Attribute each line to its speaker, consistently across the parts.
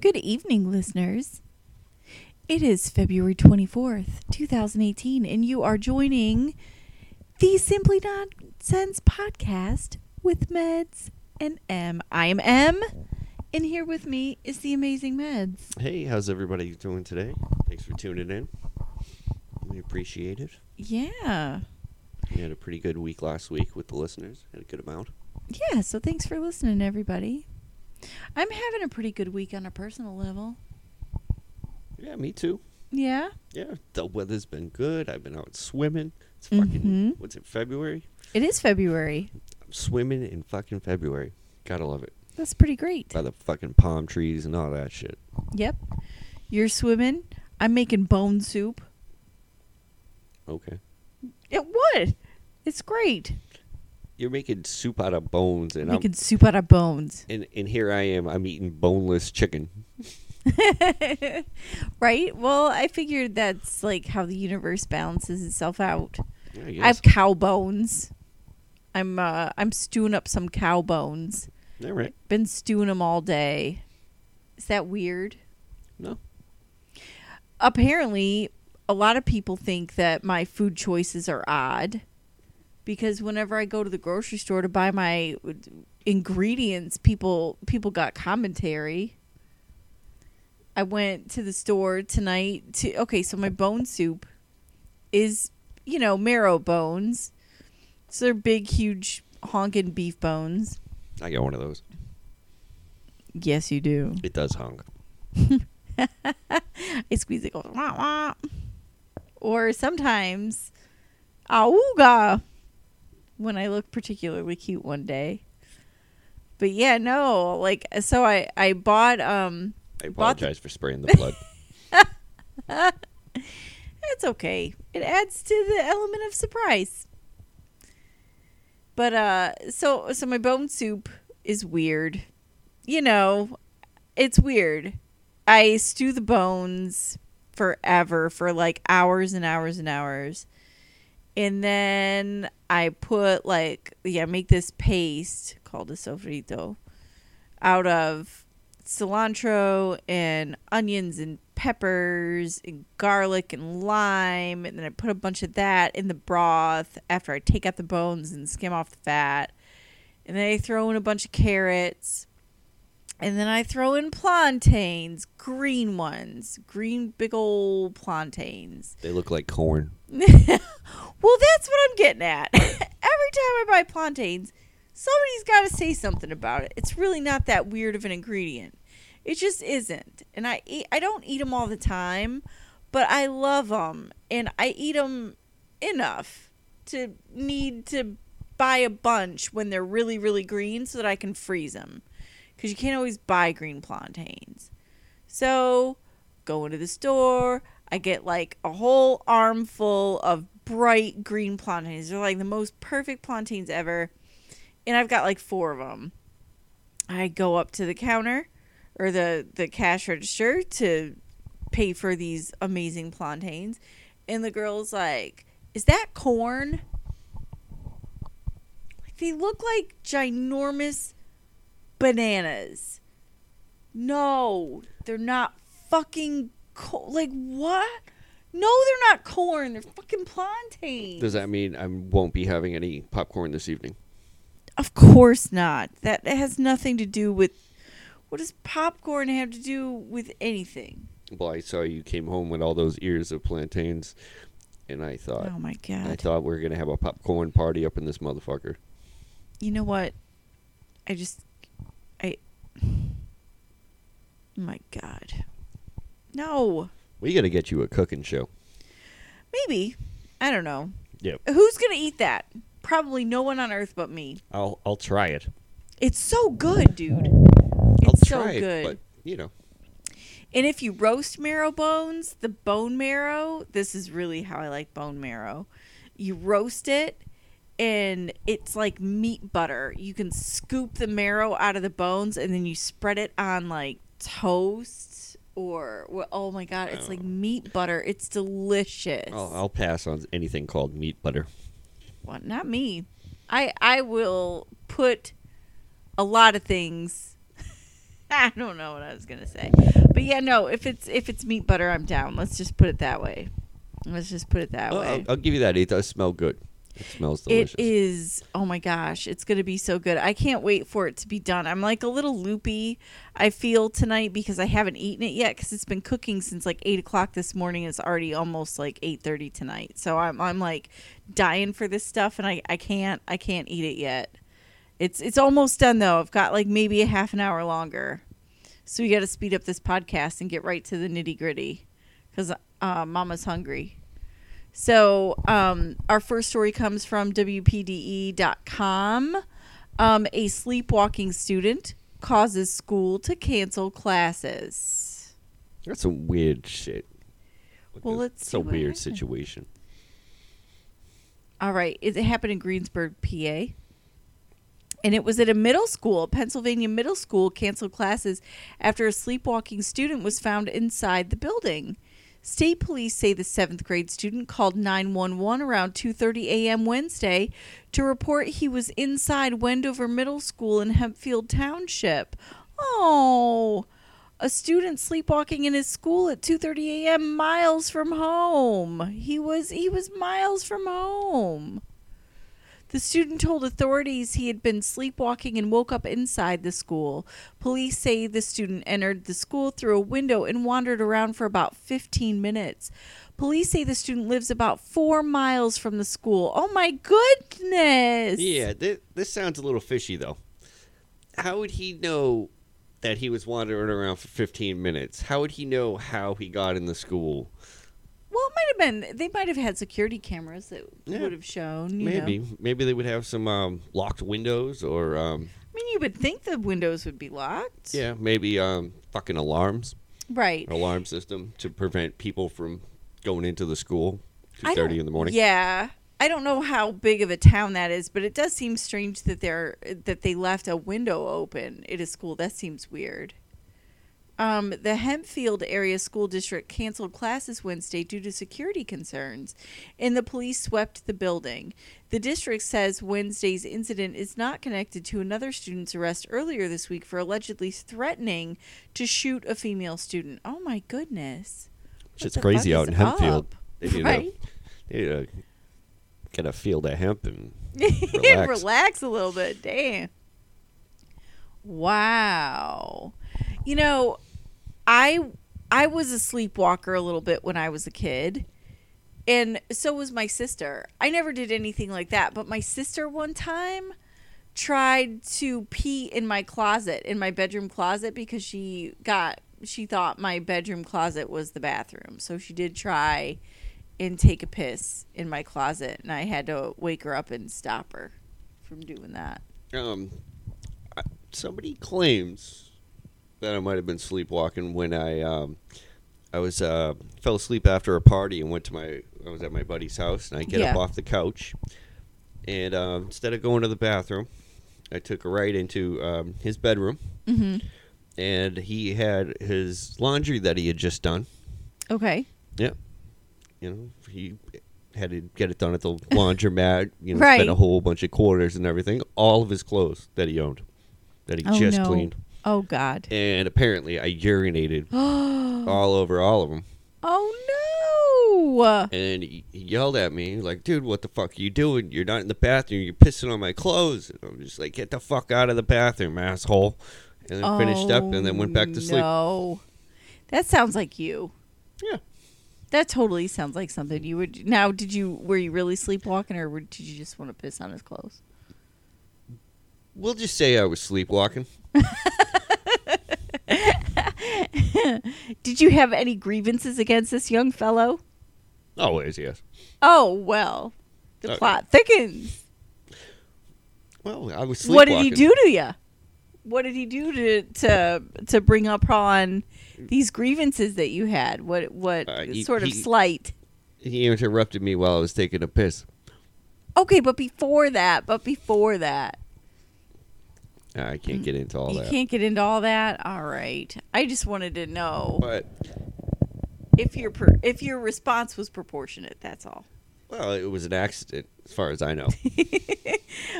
Speaker 1: Good evening, listeners. It is February 24th, 2018, and you are joining the Simply Nonsense podcast with Meds and M. I am M, and here with me is the amazing Meds.
Speaker 2: Hey, how's everybody doing today? Thanks for tuning in. We appreciate it.
Speaker 1: Yeah.
Speaker 2: We had a pretty good week last week with the listeners. Had a good amount.
Speaker 1: Yeah, so thanks for listening, everybody. I'm having a pretty good week on a personal level.
Speaker 2: Yeah, me too.
Speaker 1: Yeah?
Speaker 2: Yeah, the weather's been good. I've been out swimming. It's fucking
Speaker 1: Mhm.
Speaker 2: what's it February?
Speaker 1: It is February.
Speaker 2: I'm swimming in fucking February. Gotta love it.
Speaker 1: That's pretty great.
Speaker 2: By the fucking palm trees and all that shit.
Speaker 1: Yep. You're swimming. I'm making bone soup.
Speaker 2: Okay.
Speaker 1: It would. It's great.
Speaker 2: You're making soup out of bones, and
Speaker 1: Making soup out of bones.
Speaker 2: I'm and, and here I am. I'm eating boneless chicken.
Speaker 1: right? Well, I figured that's like how the universe balances itself out.
Speaker 2: I guess.
Speaker 1: I have cow bones. I'm uh I'm stewing up some cow bones.
Speaker 2: all right.
Speaker 1: Been stewing them all day. Is that weird?
Speaker 2: No.
Speaker 1: apparently a lot of people think that my food choices are odd because whenever I go to the grocery store to buy my ingredients, people people got commentary. I went to the store tonight to okay, so my bone soup is, you know, marrow bones. So they're big, huge honkin' beef bones.
Speaker 2: I got one of those.
Speaker 1: Yes, you do.
Speaker 2: It does honk.
Speaker 1: I squeeze it, goes wah wah. Or sometimes, auga, when I look particularly cute one day. But yeah, no, like so I I bought um
Speaker 2: I
Speaker 1: Bought the-
Speaker 2: apologize for spraying the blood.
Speaker 1: it's okay. It adds to the element of surprise. But uh so so my bone soup is weird. You know, it's weird. I stew the bones forever for like hours and hours and hours. And then I put like yeah, make this paste called a sofrito out of cilantro and onions and peppers and garlic and lime and then I put a bunch of that in the broth after I take out the bones and skim off the fat. And then I throw in a bunch of carrots. And then I throw in plantains, green ones, green big old plantains.
Speaker 2: they look like corn.
Speaker 1: Well, that's what I'm getting at. Every time I buy plantains, somebody's got to say something about it. It's really not that weird of an ingredient. It just isn't. And I eat, I don't eat them all the time, but I love them and I eat them enough to need to buy a bunch when they're really really green so that I can freeze them. Cuz you can't always buy green plantains. So, go into the store. I get like a whole armful of bright green plantains. They're like the most perfect plantains ever. And I've got like four of them. I go up to the counter or the, the cash register to pay for these amazing plantains. And the girl's like, Is that corn? Like, they look like ginormous bananas. No, they're not fucking co- like what? No, they're not corn. They're fucking plantains.
Speaker 2: Does that mean I won't be having any popcorn this evening?
Speaker 1: Of course not. That has nothing to do with what does popcorn have to do with anything?
Speaker 2: Well, I saw you came home with all those ears of plantains, and I thought,
Speaker 1: oh my
Speaker 2: I
Speaker 1: god.
Speaker 2: thought we are gonna have a popcorn party up in this motherfucker.
Speaker 1: you know what? I just I my god. No.
Speaker 2: We gotta get you a cooking show.
Speaker 1: Maybe. I don't know.
Speaker 2: Yep.
Speaker 1: Who's going to eat that? Probably no one on earth but me.
Speaker 2: I'll I'll try it.
Speaker 1: It's so good, dude.
Speaker 2: I'll
Speaker 1: It's so
Speaker 2: try
Speaker 1: good.
Speaker 2: it, but you know,
Speaker 1: And if you roast marrow bones, the bone marrow, this is really how I like bone marrow. You roast it and it's like meat butter. You can scoop the marrow out of the bones and then you spread it on like toast or wh- oh my god, it's like
Speaker 2: Oh.
Speaker 1: meat butter. It's delicious.
Speaker 2: I'll, I'll pass on anything called meat butter.
Speaker 1: Well, not me. I I will put a lot of things I don't know what I was gonna say, but yeah, no. If it's if it's meat butter, I'm down. Let's just put it that way. Let's just put it that
Speaker 2: I'll,
Speaker 1: way.
Speaker 2: I'll- I'll give you that. It does smell good. It smells delicious.
Speaker 1: It is. Oh my gosh, it's going to be so good. I can't wait for it to be done. I'm like a little loopy. I feel tonight because I haven't eaten it yet because it's been cooking since like eight o'clock this morning. It's already almost like eight thirty tonight. So I'm I'm like dying for this stuff, and I I can't I can't eat it yet. It's it's almost done though. I've got like maybe a half an hour longer, so we got to speed up this podcast and get right to the nitty gritty because uh, Mama's hungry. So, um, our first story comes from WPDE.com. E Um, a sleepwalking student causes school to cancel classes.
Speaker 2: That's some weird shit. Like,
Speaker 1: Well,
Speaker 2: that's-
Speaker 1: let's
Speaker 2: It's
Speaker 1: see
Speaker 2: a
Speaker 1: what
Speaker 2: weird
Speaker 1: happened.
Speaker 2: situation.
Speaker 1: All right. It happened in Greensburg, PA. And it was at a middle school. Pennsylvania middle school canceled classes after a sleepwalking student was found inside the building. State police say the seventh grade student called 911 around 2:30 a.m. Wednesday to report he was inside Wendover Middle School in Hempfield Township. Oh, a student sleepwalking in his school at 2:30 a.m. miles from home. He was he was miles from home. The student told authorities he had been sleepwalking and woke up inside the school. Police say the student entered the school through a window and wandered around for about 15 minutes. Police say the student lives about 4 miles from the school. Oh my goodness.
Speaker 2: Yeah, this, this sounds a little fishy, though. How would he know that he was wandering around for 15 minutes? How would he know how he got in the school?
Speaker 1: Well, it might have been they might have had security cameras that
Speaker 2: Yeah.
Speaker 1: would have shown, you know.
Speaker 2: Maybe. Maybe they would have some um, locked windows or, um,
Speaker 1: I mean, you would think the windows would be locked.
Speaker 2: yeah, maybe um, fucking alarms,
Speaker 1: Right.
Speaker 2: alarm system to prevent people from going into the school
Speaker 1: I
Speaker 2: 2.30
Speaker 1: don't-
Speaker 2: in the morning.
Speaker 1: Yeah. I don't know how big of a town that is, but it does seem strange that they're that they left a window open at a school. That seems weird. Um, the Hempfield Area School District canceled classes Wednesday due to security concerns, and the police swept the building. The district says Wednesday's incident is not connected to another student's arrest earlier this week for allegedly threatening to shoot a female student. Oh my goodness! What
Speaker 2: Shit's
Speaker 1: the
Speaker 2: crazy
Speaker 1: fuck
Speaker 2: out
Speaker 1: is
Speaker 2: in Hempfield.
Speaker 1: up?
Speaker 2: They need,
Speaker 1: Right?
Speaker 2: a, they need to get a field of hemp and
Speaker 1: relax.
Speaker 2: Relax.
Speaker 1: a little bit. Damn. Wow. You know, I I was a sleepwalker a little bit when I was a kid. And so was my sister. I never did anything like that, but my sister one time tried to pee in my closet, in my bedroom closet because she got she thought my bedroom closet was the bathroom. So she did try and take a piss in my closet and I had to wake her up and stop her from doing that.
Speaker 2: Um, I- somebody claims that I might have been sleepwalking when I um, I was uh, fell asleep after a party and went to my I was at my buddy's house and I get up
Speaker 1: Yeah.
Speaker 2: off the couch and uh, instead of going to the bathroom, I took a right into um, his bedroom
Speaker 1: Mhm.
Speaker 2: and he had his laundry that he had just done.
Speaker 1: Okay.
Speaker 2: Yep. You know, he had to get it done at the laundromat, you know,
Speaker 1: Right.
Speaker 2: spent a whole bunch of quarters and everything. All of his clothes that he owned, that he
Speaker 1: Oh,
Speaker 2: just
Speaker 1: no.
Speaker 2: cleaned.
Speaker 1: Oh god.
Speaker 2: And apparently I urinated
Speaker 1: oh
Speaker 2: all over all of them.
Speaker 1: no.
Speaker 2: And he he yelled at me, like, dude, what the fuck are you doing? You're not in the bathroom. You're pissing on my clothes. And I'm just like, get the fuck out of the bathroom, asshole. And then finished up and then went back to sleep.
Speaker 1: Oh, No. That sounds like you.
Speaker 2: Yeah.
Speaker 1: That totally sounds like something you would Now, did you were you really sleepwalking or were- did you just want to piss on his clothes?
Speaker 2: We'll just say I was sleepwalking.
Speaker 1: Did you have any grievances against this young fellow?
Speaker 2: Always, yes.
Speaker 1: Oh, well. The
Speaker 2: Okay.
Speaker 1: plot thickens.
Speaker 2: Well, I was sleepwalking.
Speaker 1: What did he do to you? What did he do to to to bring upon these grievances that you had? What what
Speaker 2: Uh, he-
Speaker 1: sort of
Speaker 2: he-
Speaker 1: slight?
Speaker 2: He interrupted me while I was taking a piss.
Speaker 1: Okay, but before that, but before that,
Speaker 2: I can't get into all
Speaker 1: you
Speaker 2: that.
Speaker 1: can't get into all that. All right, I just wanted to know.
Speaker 2: But
Speaker 1: if your per- if your response was proportionate that's all
Speaker 2: well, it was an accident, as far as I know.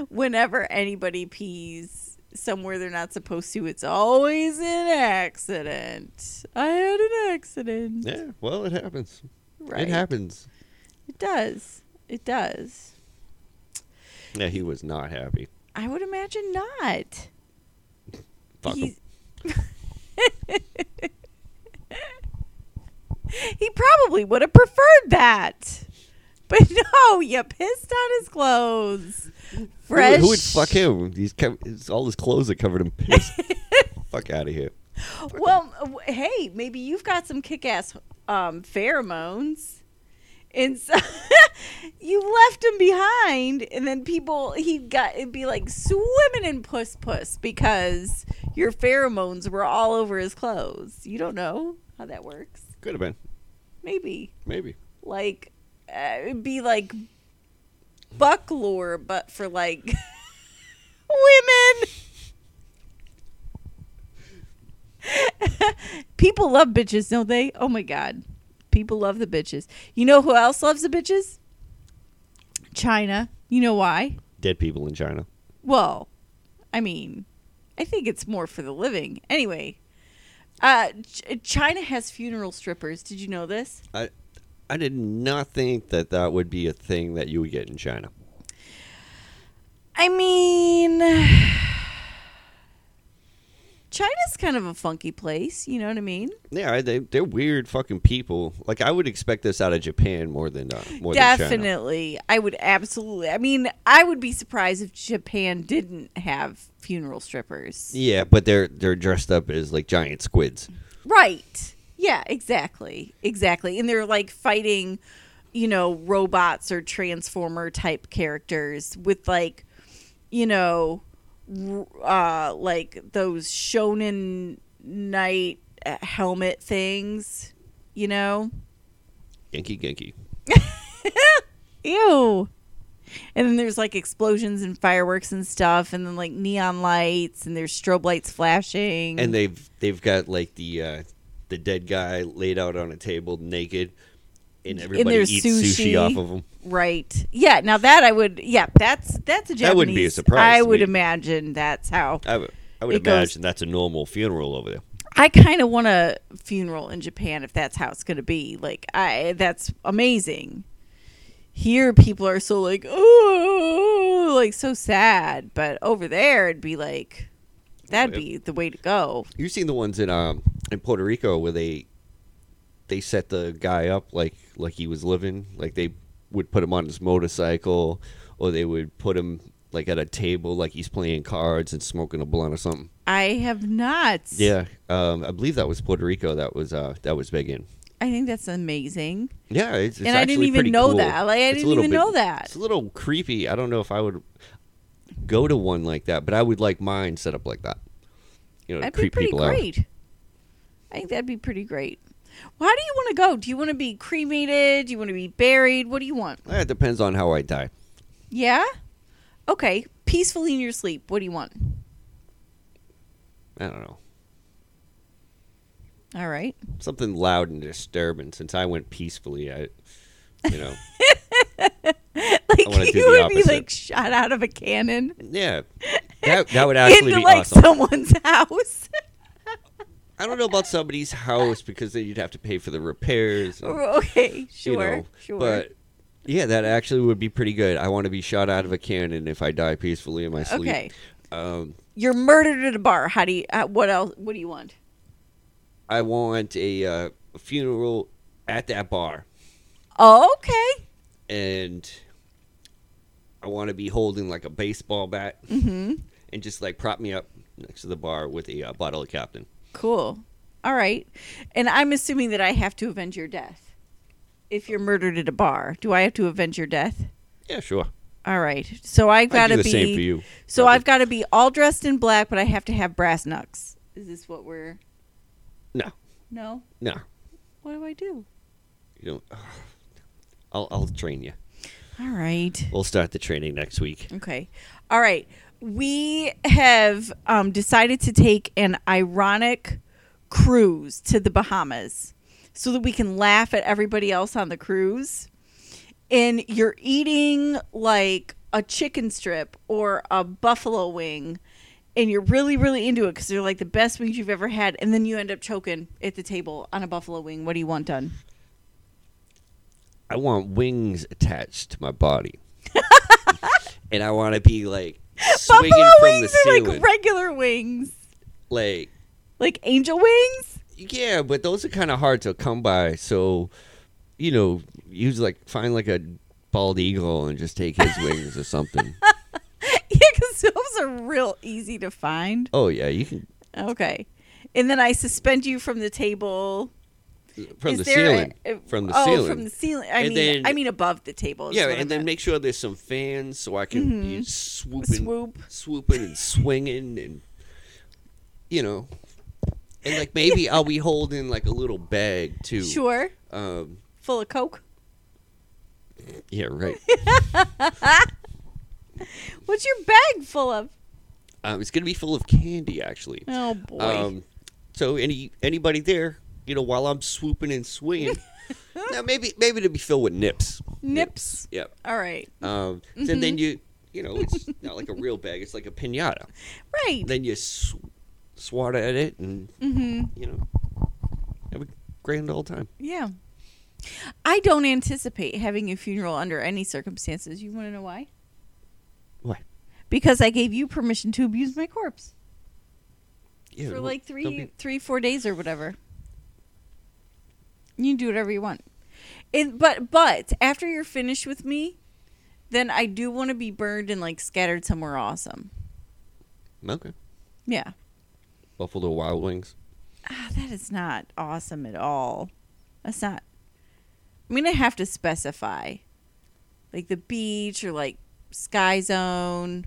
Speaker 1: whenever anybody pees somewhere they're not supposed to, it's always an accident. I had an accident.
Speaker 2: Yeah, well, it happens.
Speaker 1: right.
Speaker 2: It happens.
Speaker 1: It does. It does.
Speaker 2: Yeah, he was not happy.
Speaker 1: I would imagine not.
Speaker 2: Fuck him.
Speaker 1: He's- he probably would have preferred that. But no, you pissed on his clothes.
Speaker 2: Who would-
Speaker 1: Fresh.
Speaker 2: Who, would fuck him? He's co- it's- all his clothes are covered in piss. fuck out of here.
Speaker 1: Well, uh, w- hey, maybe you've got some kick-ass um, pheromones, and so you left him behind, and then people he got it'd be like swimming in puss puss because your pheromones were all over his clothes. You don't know how that works.
Speaker 2: Could have been.
Speaker 1: Maybe
Speaker 2: Maybe.
Speaker 1: like uh, it'd be like buck lure, but for like women. People love bitches, don't they? Oh my god. People love the bitches. You know who else loves the bitches? China. You know why?
Speaker 2: Dead people in China.
Speaker 1: Well, I mean, I think it's more for the living. Anyway, uh, Ch- China has funeral strippers. Did you know this?
Speaker 2: I I did not think that that would be a thing that you would get in China.
Speaker 1: I mean, China's kind of a funky place. You know what I mean?
Speaker 2: Yeah, I- they they're weird fucking people. Like I would expect this out of Japan more than uh, more than China.
Speaker 1: Definitely. I would absolutely. I mean, I would be surprised if Japan didn't have funeral strippers.
Speaker 2: Yeah, but they're they're dressed up as like giant squids.
Speaker 1: Right. Yeah, exactly. Exactly. And they're like fighting, you know, robots or transformer type characters with like, you know, r- uh like those shonen knight uh, helmet things, you know?
Speaker 2: Genki Genki.
Speaker 1: Ew. And then there's like explosions and fireworks and stuff and then like neon lights and there's strobe lights flashing.
Speaker 2: And they've they've got like the uh, the dead guy laid out on a table naked, and everybody
Speaker 1: there's
Speaker 2: eats sushi.
Speaker 1: sushi.
Speaker 2: off of him.
Speaker 1: Right. Yeah. Now that I would. Yeah. That's that's a Japanese.
Speaker 2: That wouldn't be a surprise
Speaker 1: I
Speaker 2: to
Speaker 1: would
Speaker 2: me. Uh,
Speaker 1: imagine that's how.
Speaker 2: I would, I would
Speaker 1: It goes-
Speaker 2: imagine that's a normal funeral over there.
Speaker 1: I kind of want a funeral in Japan if that's how it's going to be. Like I. That's amazing. Here, people are so like oh, like so sad. But over there, it'd be like that'd
Speaker 2: Well,
Speaker 1: be the way to go.
Speaker 2: You've seen the ones in um in Puerto Rico where they they set the guy up like like he was living. Like they would put him on his motorcycle, or they would put him like at a table like he's playing cards and smoking a blunt or something.
Speaker 1: I have not.
Speaker 2: Yeah, um, I believe that was Puerto Rico. That was uh that was big in.
Speaker 1: I think that's amazing.
Speaker 2: Yeah, it's, it's
Speaker 1: And I didn't
Speaker 2: actually
Speaker 1: even
Speaker 2: pretty
Speaker 1: know
Speaker 2: cool.
Speaker 1: that. Like, I
Speaker 2: It's a
Speaker 1: didn't
Speaker 2: little
Speaker 1: even
Speaker 2: bit-
Speaker 1: know that.
Speaker 2: It's a little creepy. I don't know if I would go to one like that, but I would like mine set up like that. You know, to
Speaker 1: That'd be
Speaker 2: creep
Speaker 1: pretty
Speaker 2: people out.
Speaker 1: great. I think that'd be pretty great. Well, how do you want to go? Do you want to be cremated? Do you want to be buried? What do you want?
Speaker 2: Eh, It depends on how I die.
Speaker 1: Yeah? Okay. Peacefully in your sleep. What do you want?
Speaker 2: I don't know.
Speaker 1: All right.
Speaker 2: Something loud and disturbing. Since I went peacefully, I, you know, wanna
Speaker 1: Like
Speaker 2: do
Speaker 1: you
Speaker 2: the
Speaker 1: would be
Speaker 2: opposite.
Speaker 1: like shot out of a cannon
Speaker 2: yeah, that that would actually
Speaker 1: into
Speaker 2: be
Speaker 1: like
Speaker 2: awesome.
Speaker 1: someone's house.
Speaker 2: I don't know about somebody's house because then you'd have to pay for the repairs. and-
Speaker 1: okay, sure.
Speaker 2: you know,
Speaker 1: sure.
Speaker 2: But yeah, that actually would be pretty good. I want to be shot out of a cannon if I die peacefully in my sleep.
Speaker 1: okay.
Speaker 2: Um,
Speaker 1: You're murdered at a bar. How do you uh, what else what do you want?
Speaker 2: I want a uh, funeral at that bar,
Speaker 1: Oh, okay.
Speaker 2: and I want to be holding like a baseball bat,
Speaker 1: Mhm.
Speaker 2: and just like prop me up next to the bar with a uh, bottle of Captain.
Speaker 1: Cool. All right. And I'm assuming that I have to avenge your death. If you're murdered at a bar, do I have to avenge your death?
Speaker 2: Yeah, sure.
Speaker 1: All right. So I've got
Speaker 2: I do
Speaker 1: to
Speaker 2: the
Speaker 1: be
Speaker 2: same for you.
Speaker 1: So
Speaker 2: probably.
Speaker 1: I've got to be all dressed in black, but I have to have brass knucks. Is this what we're
Speaker 2: No,
Speaker 1: No.
Speaker 2: no,
Speaker 1: What do I do?
Speaker 2: you don't. I'll I'll train you.
Speaker 1: All right.
Speaker 2: We'll start the training next week.
Speaker 1: Okay. All right. We have um, decided to take an ironic cruise to the Bahamas so that we can laugh at everybody else on the cruise. And you're eating like a chicken strip or a buffalo wing, and you're really really into it because they're like the best wings you've ever had, and then you end up choking at the table on a buffalo wing. What do you want done?
Speaker 2: I want wings attached to my body, and I want to be like swinging
Speaker 1: buffalo
Speaker 2: from the
Speaker 1: wings are
Speaker 2: ceiling.
Speaker 1: like regular wings,
Speaker 2: like
Speaker 1: like angel wings.
Speaker 2: yeah, but those are kind of hard to come by. So, you know, use like find like a bald eagle and just take his wings or something.
Speaker 1: Yeah, because those are real easy to find.
Speaker 2: Oh yeah, you can
Speaker 1: Okay. And then I suspend you from the table.
Speaker 2: from
Speaker 1: Is
Speaker 2: the
Speaker 1: there
Speaker 2: ceiling.
Speaker 1: a- a-
Speaker 2: from the
Speaker 1: oh,
Speaker 2: ceiling.
Speaker 1: from the ceiling. I
Speaker 2: And
Speaker 1: mean,
Speaker 2: then-
Speaker 1: I mean above the table. is
Speaker 2: yeah,
Speaker 1: what I
Speaker 2: and then
Speaker 1: meant.
Speaker 2: make sure there's some fans so I can be swooping,
Speaker 1: Mm-hmm. Swoop.
Speaker 2: swooping and swinging and you know, and like maybe I'll be holding like a little bag too.
Speaker 1: sure,
Speaker 2: Um,
Speaker 1: full of coke.
Speaker 2: yeah, right.
Speaker 1: What's your bag full of?
Speaker 2: um, it's gonna be full of candy actually.
Speaker 1: Oh boy.
Speaker 2: Um, so any anybody there, you know, while I'm swooping and swinging, now maybe maybe it'll be filled with nips.
Speaker 1: Nips. Mm-hmm.
Speaker 2: Yep.
Speaker 1: All right.
Speaker 2: Um, So then you you know it's not like a real bag; it's like a pinata.
Speaker 1: Right.
Speaker 2: Then you sw- swat at it and
Speaker 1: mm-hmm.
Speaker 2: you know, have a grand old time.
Speaker 1: Yeah. I don't anticipate having a funeral under any circumstances. You want to know why?
Speaker 2: Why?
Speaker 1: Because I gave you permission to abuse my corpse
Speaker 2: Yeah,
Speaker 1: for
Speaker 2: well,
Speaker 1: like three,
Speaker 2: don't be-
Speaker 1: three, four days or whatever. You can do whatever you want. And but but after you're finished with me, then I do want to be burned and like scattered somewhere awesome.
Speaker 2: okay.
Speaker 1: Yeah.
Speaker 2: Buffalo Wild Wings.
Speaker 1: Ah, that is not awesome at all. That's not. I mean, I have to specify, like the beach or like sky zone,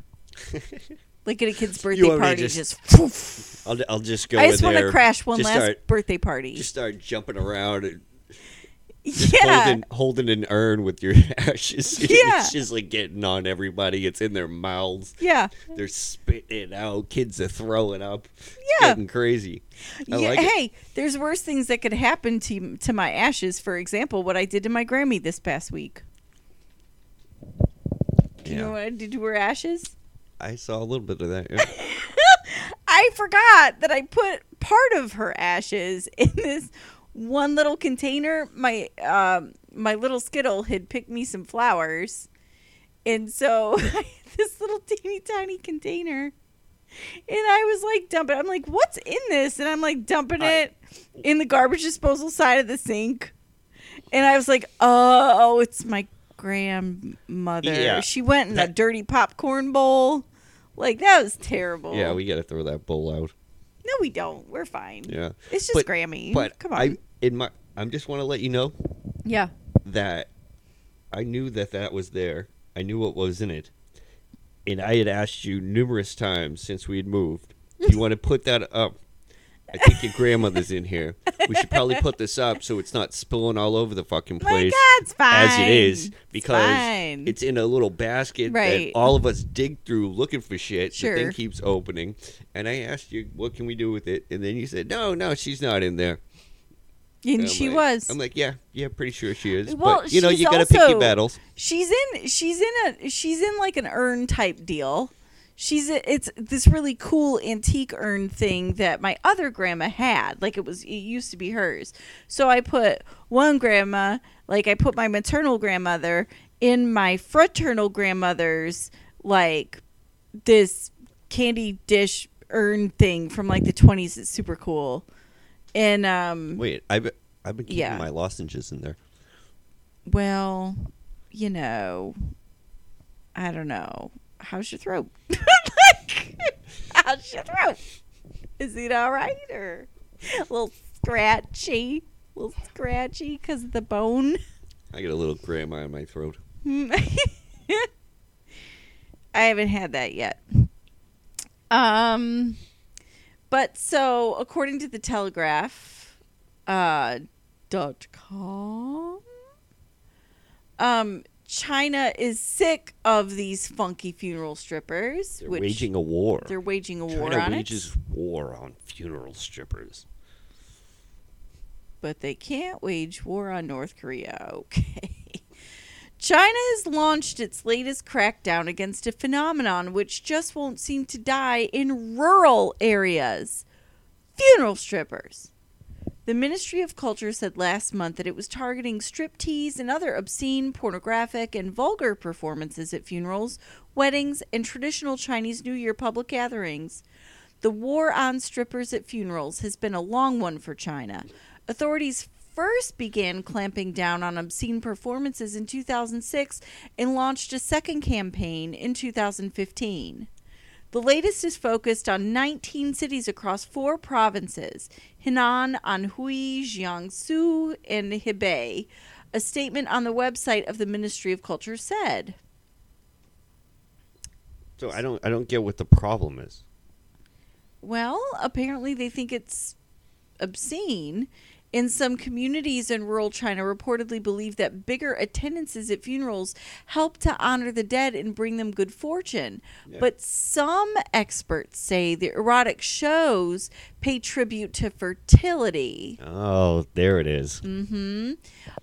Speaker 1: like at a kid's birthday
Speaker 2: want me to
Speaker 1: party. Just,
Speaker 2: just I'll, I'll just go.
Speaker 1: I just want to
Speaker 2: there,
Speaker 1: crash one
Speaker 2: just
Speaker 1: last
Speaker 2: Start,
Speaker 1: birthday party.
Speaker 2: just start jumping around and
Speaker 1: yeah,
Speaker 2: holding, holding an urn with your ashes.
Speaker 1: Yeah.
Speaker 2: It's just like getting on everybody. It's in their mouths.
Speaker 1: yeah,
Speaker 2: They're spitting it out. Kids are throwing up. It's
Speaker 1: Yeah.
Speaker 2: getting crazy. I
Speaker 1: yeah.
Speaker 2: like it.
Speaker 1: hey, there's worse things that could happen to to my ashes. For example, what I did to my Grammy this past week. Do you know what I did to her ashes?
Speaker 2: I saw a little bit of that. yeah.
Speaker 1: I forgot that I put part of her ashes in this one little container. My um, my little skittle had picked me some flowers, and so this little teeny tiny container. And I was like dumping. I'm like, what's in this? And I'm like dumping
Speaker 2: I-
Speaker 1: it in the garbage disposal side of the sink. And I was like, oh, it's my grandmother.
Speaker 2: Yeah,
Speaker 1: she went in a
Speaker 2: that-
Speaker 1: dirty popcorn bowl. Like that was terrible.
Speaker 2: yeah, we got to throw that bowl out.
Speaker 1: No, we don't. We're fine.
Speaker 2: Yeah.
Speaker 1: It's just
Speaker 2: But-
Speaker 1: Grammy.
Speaker 2: But
Speaker 1: come on.
Speaker 2: I in my I'm just want to let you know
Speaker 1: yeah.
Speaker 2: that I knew that that was there. I knew what was in it. And I had asked you numerous times since we had moved, do you want to put that up? I think your grandmother's in here. We should probably put this up so it's not spilling all over the fucking
Speaker 1: My
Speaker 2: place
Speaker 1: God, it's fine.
Speaker 2: as it is
Speaker 1: It's
Speaker 2: because
Speaker 1: fine.
Speaker 2: it's, in a little basket
Speaker 1: Right.
Speaker 2: that all of us dig through looking for shit. The
Speaker 1: Sure.
Speaker 2: thing keeps opening. And I asked you, what can we do with it? And then you said, no, no, she's not in there.
Speaker 1: and
Speaker 2: I'm
Speaker 1: she
Speaker 2: like-
Speaker 1: was.
Speaker 2: I'm like, yeah, yeah, pretty sure she is.
Speaker 1: Well,
Speaker 2: but you know,
Speaker 1: she's
Speaker 2: you gotta pick
Speaker 1: also-
Speaker 2: your battles.
Speaker 1: she's in. She's in a. She's in like an urn type deal. She's a, it's this really cool antique urn thing that my other grandma had. Like it was it used to be hers. So I put one grandma, like I put my maternal grandmother in my fraternal grandmother's like this candy dish urn thing from like the 20s. It's super cool. And um
Speaker 2: Wait, I've I've been keeping
Speaker 1: Yeah.
Speaker 2: my lozenges in there.
Speaker 1: Well, you know, I don't know. How's your throat? How's your throat? Is it all right or a little scratchy? A little scratchy because of the bone.
Speaker 2: I got a little grandma in my throat.
Speaker 1: Hmm. I haven't had that yet. Um, but so according to the Telegraph, uh, dot com, um, China is sick of these funky funeral strippers,
Speaker 2: They're
Speaker 1: which
Speaker 2: waging a war.
Speaker 1: they're waging a war
Speaker 2: China
Speaker 1: on
Speaker 2: wages
Speaker 1: it,
Speaker 2: war on funeral strippers.
Speaker 1: but they can't wage war on North Korea. Okay. China has launched its latest crackdown against a phenomenon which just won't seem to die in rural areas funeral strippers. The Ministry of Culture said last month that it was targeting striptease and other obscene, pornographic, and vulgar performances at funerals, weddings, and traditional Chinese New Year public gatherings. The war on strippers at funerals has been a long one for China. Authorities first began clamping down on obscene performances in 2006 and launched a second campaign in 2015. The latest is focused on 19 cities across four provinces Henan, Anhui, Jiangsu, and Hebei. A statement on the website of the Ministry of Culture said.
Speaker 2: So I don't I don't get what the problem is.
Speaker 1: Well, apparently they think it's obscene. In some communities in rural China, reportedly believe that bigger attendances at funerals help to honor the dead and bring them good fortune.
Speaker 2: Yeah.
Speaker 1: But some experts say the erotic shows pay tribute to fertility.
Speaker 2: Oh, there it is.
Speaker 1: hmm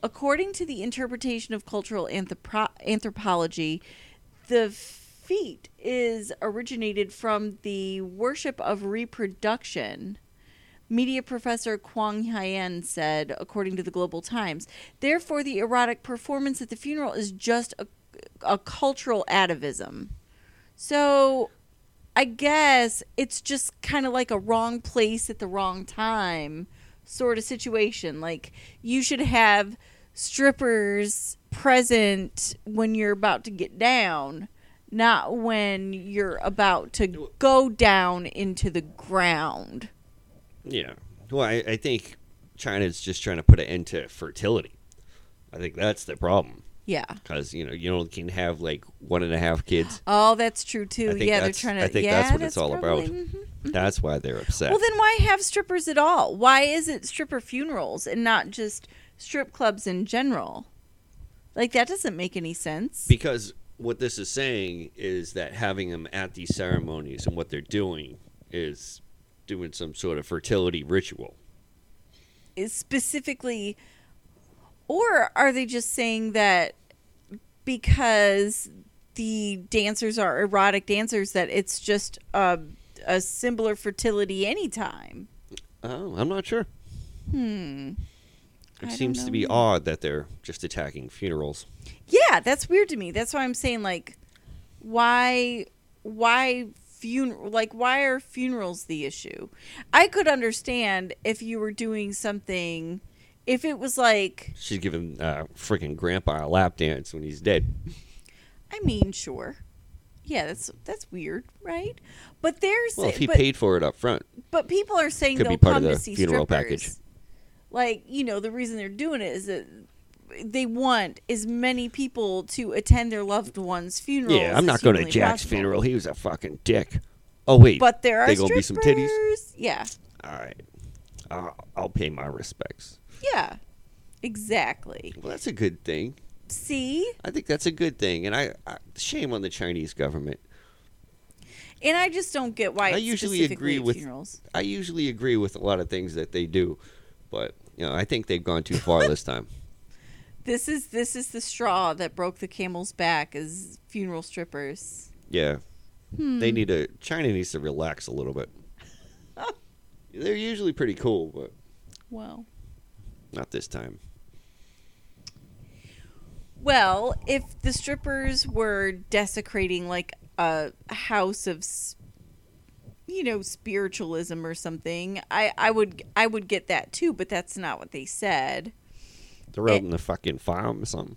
Speaker 1: According to the interpretation of cultural anthropo- anthropology, the feat is originated from the worship of reproduction. Media professor Kwang Hyen said, according to the Global Times. Therefore, the erotic performance at the funeral is just a, a cultural atavism. So, I guess it's just kind of like a wrong place at the wrong time sort of situation. Like you should have strippers present when you're about to get down, not when you're about to go down into the ground.
Speaker 2: Yeah. Well, I, I think China's just trying to put an end to fertility. I think that's the problem
Speaker 1: Yeah.
Speaker 2: because you know you only can have like one and a half kids.
Speaker 1: Oh, that's true too.
Speaker 2: I think
Speaker 1: yeah, they're
Speaker 2: that's-
Speaker 1: trying to.
Speaker 2: I think
Speaker 1: yeah,
Speaker 2: that's what it's all about.
Speaker 1: probably- mhm.
Speaker 2: That's why they're upset.
Speaker 1: Well, then why have strippers at all? Why is it stripper funerals and not just strip clubs in general? Like that doesn't make any sense.
Speaker 2: because what this is saying is that having them at these ceremonies and what they're doing is doing some sort of fertility ritual.
Speaker 1: is specifically or are they just saying that because the dancers are erotic dancers that it's just a, a symbol of fertility anytime
Speaker 2: Oh, I'm not sure.
Speaker 1: hmm I
Speaker 2: It
Speaker 1: don't
Speaker 2: seems
Speaker 1: know
Speaker 2: to be
Speaker 1: either.
Speaker 2: odd that they're just attacking funerals.
Speaker 1: yeah that's weird to me that's why i'm saying like why why funeral like why are funerals the issue i could understand if you were doing something if it was like
Speaker 2: She's giving uh, freaking grandpa a lap dance when he's dead.
Speaker 1: I mean, sure. Yeah, that's that's weird, right? But there's
Speaker 2: Well, if he
Speaker 1: but,
Speaker 2: paid for it up front,
Speaker 1: but people are saying
Speaker 2: could be
Speaker 1: they'll
Speaker 2: part
Speaker 1: come
Speaker 2: of
Speaker 1: to
Speaker 2: the
Speaker 1: see
Speaker 2: funeral
Speaker 1: strippers.
Speaker 2: package.
Speaker 1: Like, you know, the reason they're doing it is that they want as many people to attend their loved one's funeral.
Speaker 2: yeah, I'm not
Speaker 1: going
Speaker 2: going to Jack's funeral. He was a fucking dick. Oh wait,
Speaker 1: But there are
Speaker 2: They gonna
Speaker 1: strippers.
Speaker 2: be some titties?
Speaker 1: Yeah.
Speaker 2: all right, I'll, I'll pay my respects.
Speaker 1: Yeah. Exactly.
Speaker 2: Well, that's a good thing.
Speaker 1: See?
Speaker 2: I think that's a good thing, and I, I shame on the Chinese government.
Speaker 1: And I just don't get why
Speaker 2: I
Speaker 1: it's
Speaker 2: usually
Speaker 1: specifically
Speaker 2: agree
Speaker 1: at
Speaker 2: with-
Speaker 1: funerals.
Speaker 2: I usually agree with a lot of things that they do, but you know, I think they've gone too far this time.
Speaker 1: This is this is the straw that broke the camel's back is funeral strippers.
Speaker 2: Yeah,
Speaker 1: Hmm.
Speaker 2: they need to. China needs to relax a little bit. They're usually pretty cool, but
Speaker 1: Wow.
Speaker 2: not this time.
Speaker 1: Well, if the strippers were desecrating like a house of s- you know spiritualism or something, I I would I would get that too, but that's not what they said.
Speaker 2: They're
Speaker 1: Eh.
Speaker 2: out in the fucking farm or something.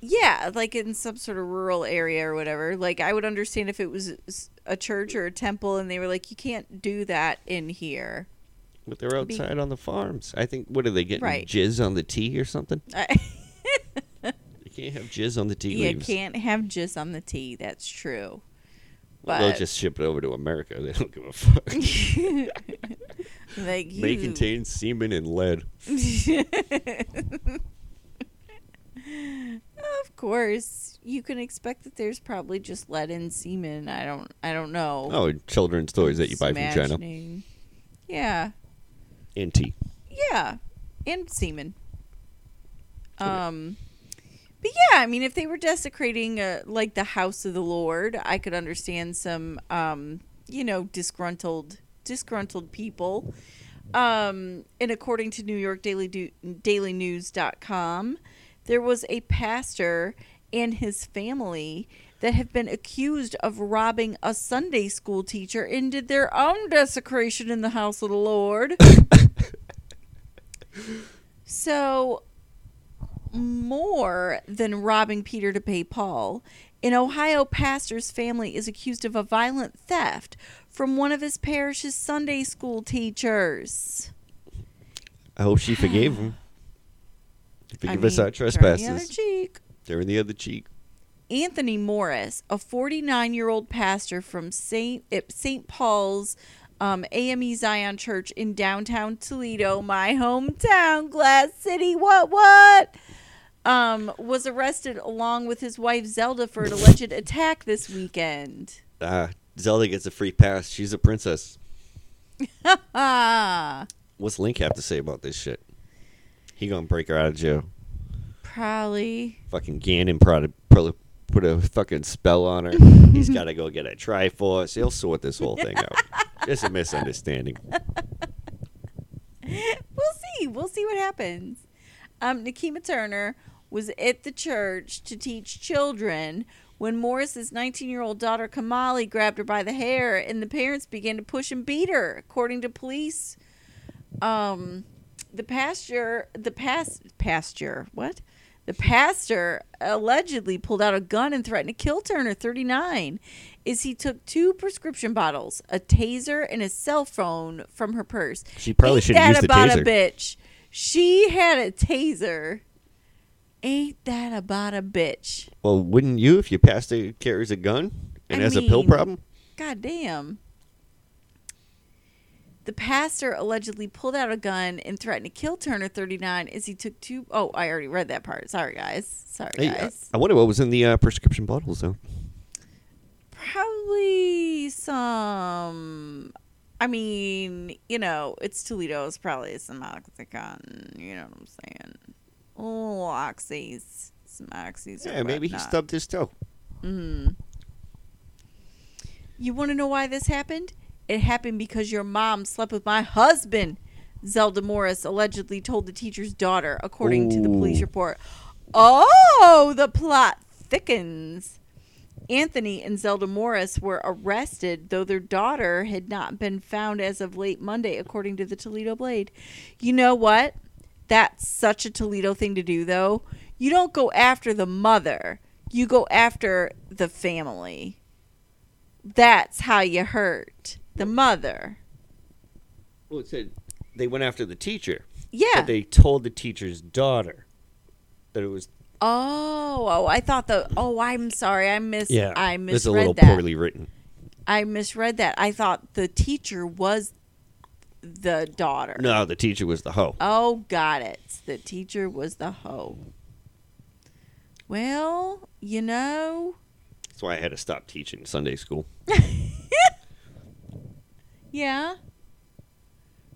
Speaker 1: Yeah, like in some sort of rural area or whatever. Like I would understand if it was s- a church or a temple and they were like you can't do that in here.
Speaker 2: But they're
Speaker 1: Be-
Speaker 2: outside on the farms. I think what are they getting
Speaker 1: Right.
Speaker 2: jizz on the tea or something?
Speaker 1: I-
Speaker 2: You can't have jizz on the tea
Speaker 1: you
Speaker 2: leaves.
Speaker 1: can't have jizz on the tea. That's true.
Speaker 2: Well, They'll
Speaker 1: but-
Speaker 2: just ship it over to America. They don't give a fuck.
Speaker 1: like you
Speaker 2: May contain semen and lead.
Speaker 1: of course, you can expect that there's probably just lead in semen. I don't, I don't know.
Speaker 2: Oh, and children's toys that you buy from
Speaker 1: Just
Speaker 2: China
Speaker 1: imagining. Yeah,
Speaker 2: and tea.
Speaker 1: yeah, and semen. Um, But yeah, I mean, if they were desecrating uh, like the house of the Lord, I could understand some, um, you know, disgruntled disgruntled people. Um, and according to New York Daily Do- DailyNews.com, there was a pastor and his family that have been accused of robbing a Sunday school teacher and did their own desecration in the house of the Lord. so, more than robbing Peter to pay Paul, an Ohio pastor's family is accused of a violent theft from one of his parish's Sunday school teachers.
Speaker 2: I hope she forgave him. Forgive us
Speaker 1: mean,
Speaker 2: our
Speaker 1: turn The other
Speaker 2: trespasses.
Speaker 1: cheek.
Speaker 2: They're in the other cheek.
Speaker 1: Anthony Morris, a 49 year old pastor from St. St. Paul's um, AME Zion Church in downtown Toledo, my hometown, Glass City, what, what? Um, was arrested along with his wife Zelda for an alleged attack this weekend.
Speaker 2: Ah, Zelda gets a free pass. She's a princess.
Speaker 1: Ah,
Speaker 2: What's Link have to say about this shit? He gonna break her out of jail.
Speaker 1: probably.
Speaker 2: Fucking Ganon probably, probably put a fucking spell on her. He's gotta go get a Triforce. He'll sort this whole thing out. Just a misunderstanding.
Speaker 1: we'll see. We'll see what happens. Um, Nikema Turner was at the church to teach children when Morris's 19 year old daughter Kamali grabbed her by the hair, and the parents began to push and beat her, according to police. Um, the pastor, the past pasture, what? The pastor allegedly pulled out a gun and threatened to kill Turner, 39, as he took two prescription bottles, a taser, and a cell phone from her purse.
Speaker 2: She probably
Speaker 1: Ain't
Speaker 2: should have
Speaker 1: that
Speaker 2: used the
Speaker 1: about a
Speaker 2: taser.
Speaker 1: bitch. She had a taser. Ain't that about a bitch?
Speaker 2: Well, wouldn't you if your pastor carries a gun and
Speaker 1: I
Speaker 2: has a pill
Speaker 1: mean-
Speaker 2: problem?
Speaker 1: God damn. The pastor allegedly pulled out a gun and threatened to kill Turner 39 as he took two oh, I already read that part. Sorry, guys. Sorry,
Speaker 2: Hey, uh, I,
Speaker 1: guys.
Speaker 2: I wonder what was in the uh, prescription bottles though.
Speaker 1: Probably some. I mean, you know, it's Toledo. It's probably some oxycontin. You know what I'm saying? Oh, oxys, some oxys. or
Speaker 2: Yeah, maybe he
Speaker 1: whatnot.
Speaker 2: stubbed his toe.
Speaker 1: Mm. You want to know why this happened? It happened because your mom slept with my husband. Zelda Morris allegedly told the teacher's daughter, according to the police
Speaker 2: Ooh.
Speaker 1: report. Oh, the plot thickens. Anthony and Zelda Morris were arrested, though their daughter had not been found as of late Monday, according to the Toledo Blade. You know what? That's such a Toledo thing to do, though. You don't go after the mother, you go after the family. That's how you hurt the mother.
Speaker 2: Well, it said they went after the teacher,
Speaker 1: Yeah.
Speaker 2: but they told the teacher's daughter that it was.
Speaker 1: oh, oh, I thought the. Oh, I'm sorry. I mis. I misread
Speaker 2: It's a little
Speaker 1: that.
Speaker 2: poorly written.
Speaker 1: I misread that. I thought the teacher was the daughter.
Speaker 2: No, the teacher was the hoe.
Speaker 1: Oh, got it. The teacher was the hoe. Well, you know,
Speaker 2: That's why I had to stop teaching Sunday school.
Speaker 1: yeah.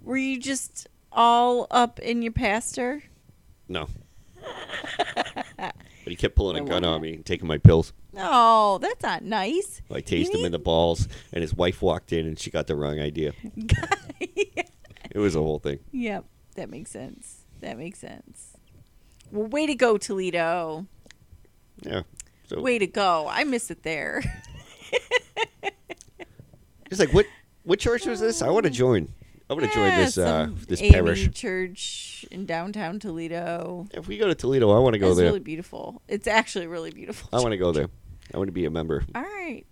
Speaker 1: Were you just all up in your pastor?
Speaker 2: No, but he kept pulling
Speaker 1: I
Speaker 2: a gun
Speaker 1: love
Speaker 2: on me and taking my pills.
Speaker 1: Oh, that's not nice.
Speaker 2: I tased him in the balls, and his wife walked in and she got the wrong idea. It was a whole thing.
Speaker 1: yep, that makes sense. That makes sense. Well, way to go, Toledo.
Speaker 2: Yeah. So
Speaker 1: Way to go. I miss it there.
Speaker 2: it's like what what church was this? I want to join. I want to join
Speaker 1: Yeah,
Speaker 2: this uh,
Speaker 1: some
Speaker 2: this
Speaker 1: AME
Speaker 2: parish.
Speaker 1: church in downtown Toledo.
Speaker 2: If we go to Toledo, I want to go
Speaker 1: it's
Speaker 2: there.
Speaker 1: really beautiful. It's actually really beautiful.
Speaker 2: I want to go there. I want to be a member.
Speaker 1: All right.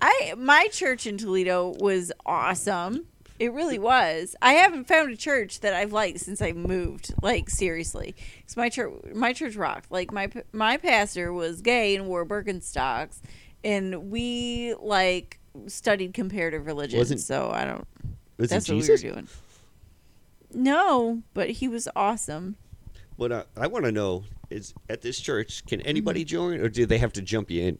Speaker 1: I my church in Toledo was awesome. It really was. I haven't found a church that I've liked since I moved. Like seriously, 'Cause my church my church rocked. Like my p- my pastor was gay and wore Birkenstocks, and we like studied comparative religion.
Speaker 2: Wasn't-
Speaker 1: so I don't.
Speaker 2: Is
Speaker 1: That's
Speaker 2: it
Speaker 1: what
Speaker 2: Jesus?
Speaker 1: we were doing. No, but he was awesome.
Speaker 2: What uh, I want to know is at this church, can anybody
Speaker 1: Mm-hmm.
Speaker 2: join, or do they have to jump you in?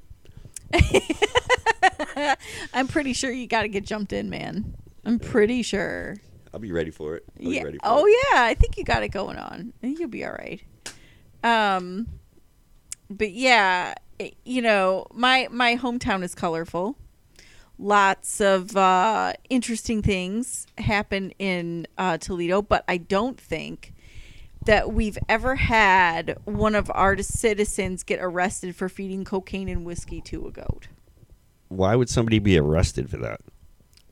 Speaker 1: I'm pretty sure you got to get jumped in, man. I'm pretty sure.
Speaker 2: I'll be ready for it. I'll
Speaker 1: yeah.
Speaker 2: be ready for
Speaker 1: oh
Speaker 2: it.
Speaker 1: yeah, I think you got it going on. I think you'll be all right. Um, but yeah, it- you know, my my hometown is colorful. Lots of uh, interesting things happen in uh, Toledo, but I don't think that we've ever had one of our citizens get arrested for feeding cocaine and whiskey to a goat.
Speaker 2: Why would somebody be arrested for that?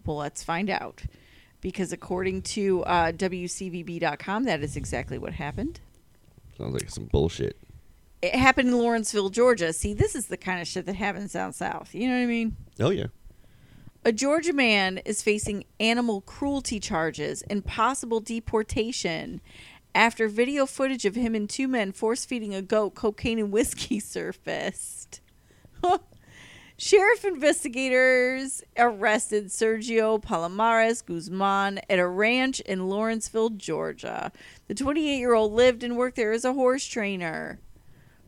Speaker 1: Well, let's find out. Because according to uh, WCVB.com, that is exactly what happened.
Speaker 2: Sounds like some bullshit.
Speaker 1: It happened in Lawrenceville, Georgia. See, this is the kind of shit that happens down south. You know what I mean?
Speaker 2: Oh yeah.
Speaker 1: A Georgia man is facing animal cruelty charges and possible deportation after video footage of him and two men force feeding a goat cocaine and whiskey surfaced. Sheriff investigators arrested Sergio Palomares Guzman at a ranch in Lawrenceville, Georgia. The 28 year old lived and worked there as a horse trainer.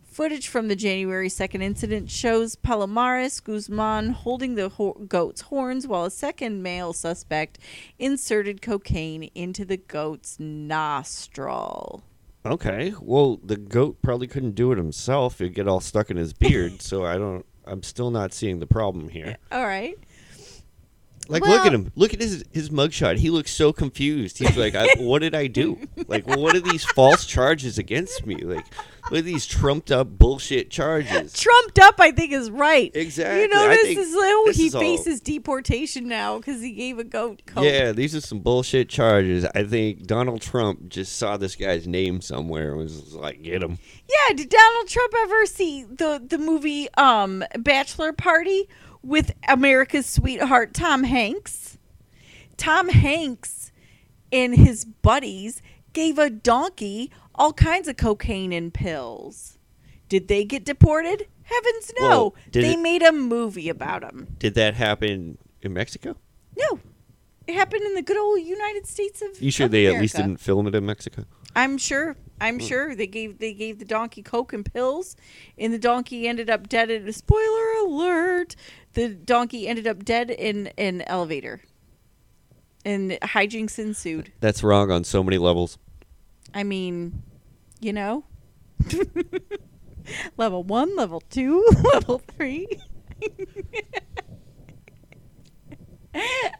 Speaker 1: Footage from the January 2nd incident shows Palomares Guzman holding the ho- goat's horns while a second male suspect inserted cocaine into the goat's nostril.
Speaker 2: Okay. Well, the goat probably couldn't do it himself. It'd get all stuck in his beard. so I don't. I'm still not seeing the problem here.
Speaker 1: All right.
Speaker 2: Like,
Speaker 1: Well-
Speaker 2: look at him. Look at his his mugshot. He looks so confused. He's like, I, "What did I do? Like, what are these false charges against me? Like, what are these trumped up bullshit charges?"
Speaker 1: Trumped up, I think, is right.
Speaker 2: Exactly.
Speaker 1: You
Speaker 2: I
Speaker 1: know, this
Speaker 2: think
Speaker 1: is oh,
Speaker 2: this
Speaker 1: he
Speaker 2: is all-
Speaker 1: faces deportation now because he gave a goat coke.
Speaker 2: Yeah, these are some bullshit charges. I think Donald Trump just saw this guy's name somewhere and was like, "Get him."
Speaker 1: Yeah, did Donald Trump ever see the the movie um Bachelor Party with America's sweetheart Tom Hanks? Tom Hanks and his buddies gave a donkey all kinds of cocaine and pills. Did they get deported? Heavens no.
Speaker 2: Well, did
Speaker 1: they
Speaker 2: it-
Speaker 1: made a movie about them.
Speaker 2: Did that happen in Mexico?
Speaker 1: No. It happened in the good old United States of
Speaker 2: You sure
Speaker 1: of
Speaker 2: they at least
Speaker 1: America.
Speaker 2: didn't film it in Mexico?
Speaker 1: I'm sure. I'm
Speaker 2: Hmm.
Speaker 1: sure they gave they gave the donkey coke and pills, and the donkey ended up dead. In spoiler alert, the donkey ended up dead in an elevator, and hijinks ensued.
Speaker 2: That's wrong on so many levels.
Speaker 1: I mean, you know, level one, level two, level three.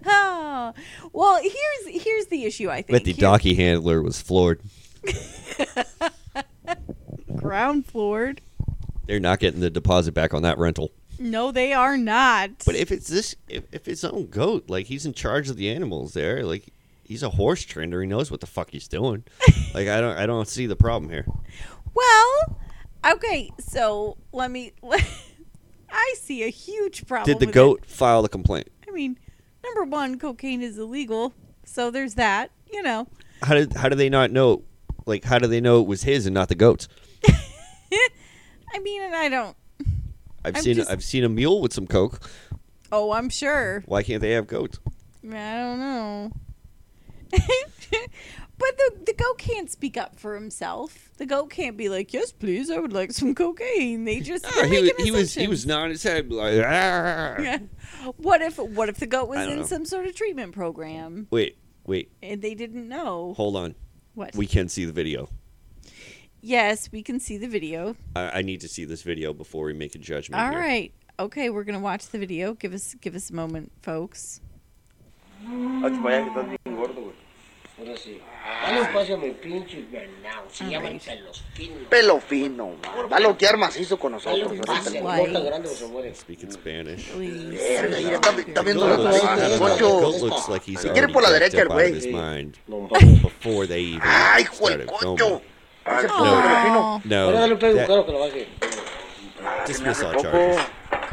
Speaker 1: oh, well, here's here's the issue. I think
Speaker 2: But the
Speaker 1: Here-
Speaker 2: donkey handler was floored.
Speaker 1: ground floored.
Speaker 2: They're not getting the deposit back on that rental.
Speaker 1: No, they are not.
Speaker 2: But if it's this, if, if it's own goat, like he's in charge of the animals there, like he's a horse trainer, he knows what the fuck he's doing. like I don't, I don't see the problem here.
Speaker 1: well, okay, so let me. I see a huge problem.
Speaker 2: Did the
Speaker 1: with it.
Speaker 2: goat file the complaint?
Speaker 1: I mean, number one, cocaine is illegal, so there's that. You know,
Speaker 2: How did, how do they not know? Like how do they know it was his and not the goat's?
Speaker 1: I mean, and I don't.
Speaker 2: I've
Speaker 1: I'm
Speaker 2: seen,
Speaker 1: just-
Speaker 2: I've seen a mule with some coke.
Speaker 1: Oh, I'm sure.
Speaker 2: Why can't they have goats?
Speaker 1: I don't know. but the the goat can't speak up for himself. The goat can't be like, "Yes, please, I would like some cocaine." They just
Speaker 2: Ah,
Speaker 1: they're
Speaker 2: he, was,
Speaker 1: making
Speaker 2: he was, he
Speaker 1: assumptions.
Speaker 2: was nodding his head like, "Ah."
Speaker 1: Yeah. What if what if the goat was
Speaker 2: I don't
Speaker 1: in
Speaker 2: know.
Speaker 1: some sort of treatment program
Speaker 2: Wait, wait,
Speaker 1: and they didn't know
Speaker 2: hold on.
Speaker 1: what?
Speaker 2: We can see the video.
Speaker 1: yes, we can see the video.
Speaker 2: I, I need to see this video before we make a judgment.
Speaker 1: All
Speaker 2: here.
Speaker 1: right. Okay, we're gonna watch the video. Give us give us a moment, folks.
Speaker 3: Hazte para allá que estás bien gordo, güey.
Speaker 4: Ahora sí. Dale espacio a mi pinche venado. Se llaman pelos finos.
Speaker 3: Pelo fino, man. Va a loquear macizo con nosotros.
Speaker 4: Dale
Speaker 3: ese
Speaker 4: espacio.
Speaker 3: pelo.
Speaker 4: Boca grande o se muere.
Speaker 2: Speak in Spanish.
Speaker 1: Please.
Speaker 3: Verga, mira, está, está
Speaker 2: The
Speaker 3: viendo
Speaker 2: goat
Speaker 3: la
Speaker 2: looks,
Speaker 4: Ah,
Speaker 2: I don't know, the
Speaker 4: Poncho.
Speaker 2: goat looks like he's
Speaker 3: Si
Speaker 2: already
Speaker 3: quiere por la
Speaker 2: jacked
Speaker 3: derecha,
Speaker 2: up
Speaker 3: el
Speaker 2: out of
Speaker 3: güey.
Speaker 2: his mind
Speaker 4: No mames.
Speaker 2: before they even
Speaker 3: Ay, hijo de
Speaker 2: started
Speaker 3: cocho.
Speaker 2: filming.
Speaker 3: Ese
Speaker 1: Aw.
Speaker 3: pelo de fino.
Speaker 2: No,
Speaker 4: Ahora dale un pedo
Speaker 2: that-
Speaker 4: caro que lo baje.
Speaker 2: dismiss all
Speaker 3: Poco
Speaker 2: charges.